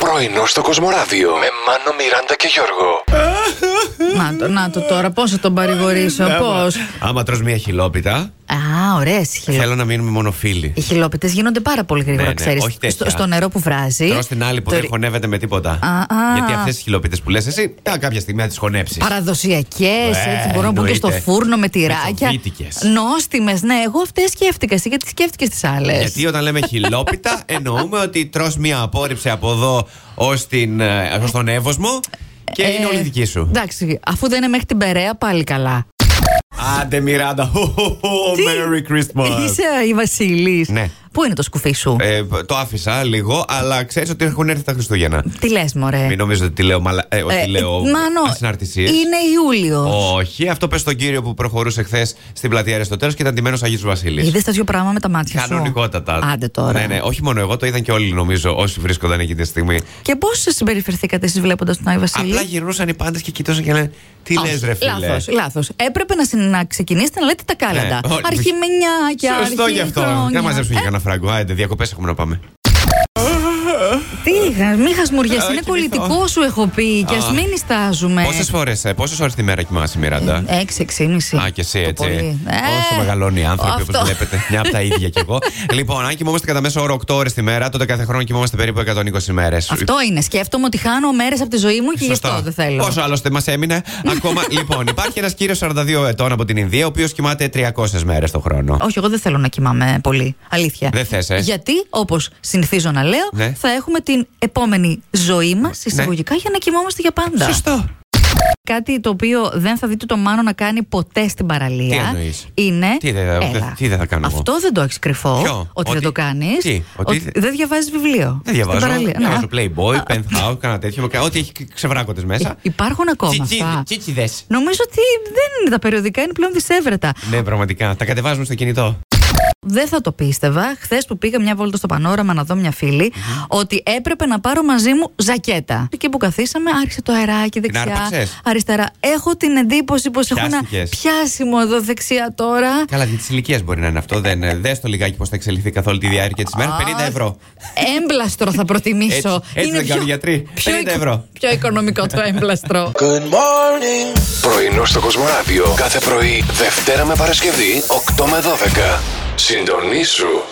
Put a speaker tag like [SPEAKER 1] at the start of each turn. [SPEAKER 1] Πρωινό στο Κοσμοράδιο με Μάνο, Μιράντα και Γιώργο.
[SPEAKER 2] Να το, να το τώρα, πώς θα τον παρηγορήσω,
[SPEAKER 3] Ναι,
[SPEAKER 2] πώς.
[SPEAKER 3] Άμα τρως μία χιλόπιτα,
[SPEAKER 2] Α, ωραίε χιλόπιτε.
[SPEAKER 3] θέλω να μείνουμε μόνο φίλοι.
[SPEAKER 2] Οι χιλόπιτες γίνονται πάρα πολύ γρήγορα,
[SPEAKER 3] Ναι, ναι,
[SPEAKER 2] ξέρεις.
[SPEAKER 3] όχι τέτοια.
[SPEAKER 2] Στο, στο νερό που βράζει.
[SPEAKER 3] Τρως την άλλη που
[SPEAKER 2] το-
[SPEAKER 3] δεν χωνεύεται με τίποτα.
[SPEAKER 2] Ε, Α, α.
[SPEAKER 3] Γιατί αυτές τι χιλόπιτες που λες εσύ, τα κάποια στιγμή θα τις χωνέψεις.
[SPEAKER 2] Παραδοσιακές,
[SPEAKER 3] Ε,
[SPEAKER 2] έτσι μπορούν να μπουν και στο
[SPEAKER 3] εννοείται.
[SPEAKER 2] φούρνο με τυράκια.
[SPEAKER 3] Μεσοβίτικες.
[SPEAKER 2] Νόστιμες, ναι, εγώ αυτές σκέφτηκα. Εσύ γιατί σκέφτηκες τις άλλες.
[SPEAKER 3] Γιατί όταν λέμε χιλόπιτα, εννοούμε ότι τρως μία απόρριψη από εδώ ως τον Εύωσμο
[SPEAKER 2] Ε,
[SPEAKER 3] και είναι όλη δική σου.
[SPEAKER 2] Εντάξει, αφού δεν είναι μέχρι την Περαία, πάλι καλά.
[SPEAKER 3] Άντε, Μιράντα. Χω, χω, χω, Merry Christmas.
[SPEAKER 2] Είσαι η Βασίλη.
[SPEAKER 3] Ναι.
[SPEAKER 2] Πού είναι το σκουφί σου.
[SPEAKER 3] Ε, το άφησα λίγο, αλλά ξέρεις ότι έχουν έρθει τα Χριστούγεννα.
[SPEAKER 2] Τι λες, Μωρέ.
[SPEAKER 3] Μην νομίζω ότι λέω, μαλα... ε, ότι
[SPEAKER 2] Ε,
[SPEAKER 3] λέω
[SPEAKER 2] Μάνο,
[SPEAKER 3] ασυναρτησίες.
[SPEAKER 2] είναι Ιούλιο.
[SPEAKER 3] Όχι, αυτό πες στον κύριο που προχωρούσε χθες στην πλατεία Αριστοτέλους και ήταν τιμένο Αγίου Βασίλης.
[SPEAKER 2] Είδες τέτοιο πράγμα με τα μάτια σου.
[SPEAKER 3] Κανονικότατα.
[SPEAKER 2] Άντε τώρα.
[SPEAKER 3] Ναι, ναι, όχι μόνο εγώ, το είδαν και όλοι νομίζω όσοι βρίσκονταν εκεί τη στιγμή.
[SPEAKER 2] Και πώς συμπεριφερθήκατε εσείς βλέποντας τον Άι Βασίλη.
[SPEAKER 3] Απλά γυρνούσαν οι πάντες και κοιτούσαν και λένε Τι λες, ρε φίλε.
[SPEAKER 2] Λάθος, λάθος. Έπρεπε να, συ- να ξεκινήσετε να λέτε τα κάλαντα.
[SPEAKER 3] Ναι, όχι.
[SPEAKER 2] Αρχιμενιάκια.
[SPEAKER 3] Σωστό γι' αυτό.
[SPEAKER 2] αρχιχρόνια.
[SPEAKER 3] Να μαζέψουμε και κανένα φράγκο. Άιντε, διακοπές έχουμε να πάμε.
[SPEAKER 2] Ε, Τι, χα- μη χασμουριέ,
[SPEAKER 3] Α,
[SPEAKER 2] είναι
[SPEAKER 3] κοιμηθώ.
[SPEAKER 2] κολλητικό σου, έχω πει. Και ας
[SPEAKER 3] Α.
[SPEAKER 2] μην ιστάζουμε.
[SPEAKER 3] Πόσες φορές, πόσες ώρες ε, τη μέρα κοιμάσαι, Μιράντα.
[SPEAKER 2] 6-6,5.
[SPEAKER 3] Α, και εσύ
[SPEAKER 2] Ε, Το
[SPEAKER 3] έτσι.
[SPEAKER 2] πολύ. Ε,
[SPEAKER 3] Όσο μεγαλώνει η άνθρωποι,
[SPEAKER 2] αυτό.
[SPEAKER 3] όπω βλέπετε. Μια από τα ίδια κι εγώ. λοιπόν, αν κοιμόμαστε κατά μέσο όρο 8 ώρες τη μέρα, τότε κάθε χρόνο κοιμόμαστε περίπου 120 μέρες.
[SPEAKER 2] Αυτό είναι. Σκέφτομαι ότι χάνω μέρες από τη ζωή μου και γι' αυτό δεν θέλω.
[SPEAKER 3] Πόσο άλλωστε μας έμεινε. Ακόμα. λοιπόν, υπάρχει ένας κύριος 42 ετών από την Ινδία, ο οποίος κοιμάται 300 μέρες το χρόνο.
[SPEAKER 2] Όχι, εγώ δεν θέλω να κοιμάμαι πολύ. Αλήθεια.
[SPEAKER 3] Δεν θες, ε.
[SPEAKER 2] Γιατί, όπως συνηθίζω να λέω,
[SPEAKER 3] Ναι.
[SPEAKER 2] θα έχουμε την επόμενη ζωή μας εισαγωγικά για να κοιμόμαστε για πάντα.
[SPEAKER 3] Σωστό.
[SPEAKER 2] Κάτι το οποίο δεν θα δείτε το Μάνο να κάνει ποτέ στην παραλία.
[SPEAKER 3] Τι εννοείς?
[SPEAKER 2] Είναι.
[SPEAKER 3] Τι δεν-
[SPEAKER 2] Έλα.
[SPEAKER 3] δεν- τι δεν θα κάνω εγώ?
[SPEAKER 2] Αυτό δεν το έχεις κρυφό.
[SPEAKER 3] Ποιο?
[SPEAKER 2] Ότι,
[SPEAKER 3] Ότι-
[SPEAKER 2] δεν το κάνεις.
[SPEAKER 3] Τι? Ότι-
[SPEAKER 2] δεν διαβάζεις βιβλίο.
[SPEAKER 3] Δεν διαβάζω.
[SPEAKER 2] Στην παραλία. ναι. Να.
[SPEAKER 3] Διαβάζω Playboy, Penthouse, κανένα τέτοιο. Ό,τι έχει ξεβράκοντε μέσα.
[SPEAKER 2] Υπάρχουν ακόμα. Ε, αυτά.
[SPEAKER 3] Τσίτσιδε.
[SPEAKER 2] Νομίζω ότι δεν είναι τα περιοδικά, είναι πλέον δυσέβρετα.
[SPEAKER 3] Ναι, πραγματικά. Τα κατεβάζουμε στο κινητό.
[SPEAKER 2] Δεν θα το πίστευα. Χθες που πήγα μια βόλτα στο πανόραμα να δω μια φιλη ότι έπρεπε να πάρω μαζί μου ζακέτα. Εκεί που καθίσαμε, άρχισε το αεράκι δεξιά,
[SPEAKER 3] άρπαξες?
[SPEAKER 2] αριστερά. Έχω την εντύπωση πως έχω ένα
[SPEAKER 3] Πιάστηκες.
[SPEAKER 2] πιάσιμο εδώ δεξιά τώρα.
[SPEAKER 3] Καλά, για τις ηλικίες μπορεί να είναι αυτό. Δεν, δες το λιγάκι πώ θα εξελιχθεί καθ' όλη τη διάρκεια της μέρας. 50 ευρώ.
[SPEAKER 2] Έμπλαστρο θα προτιμήσω.
[SPEAKER 3] Έτσι- έτσι δεν κάνουν γιατροί. 50
[SPEAKER 2] οικο-
[SPEAKER 3] ευρώ.
[SPEAKER 2] πιο οικονομικό το έμπλαστρο.
[SPEAKER 1] Πρωινό στο Κοσμοράδιο κάθε πρωί, Δευτέρα με Παρασκευή, 8 με 12. Συντονίσου.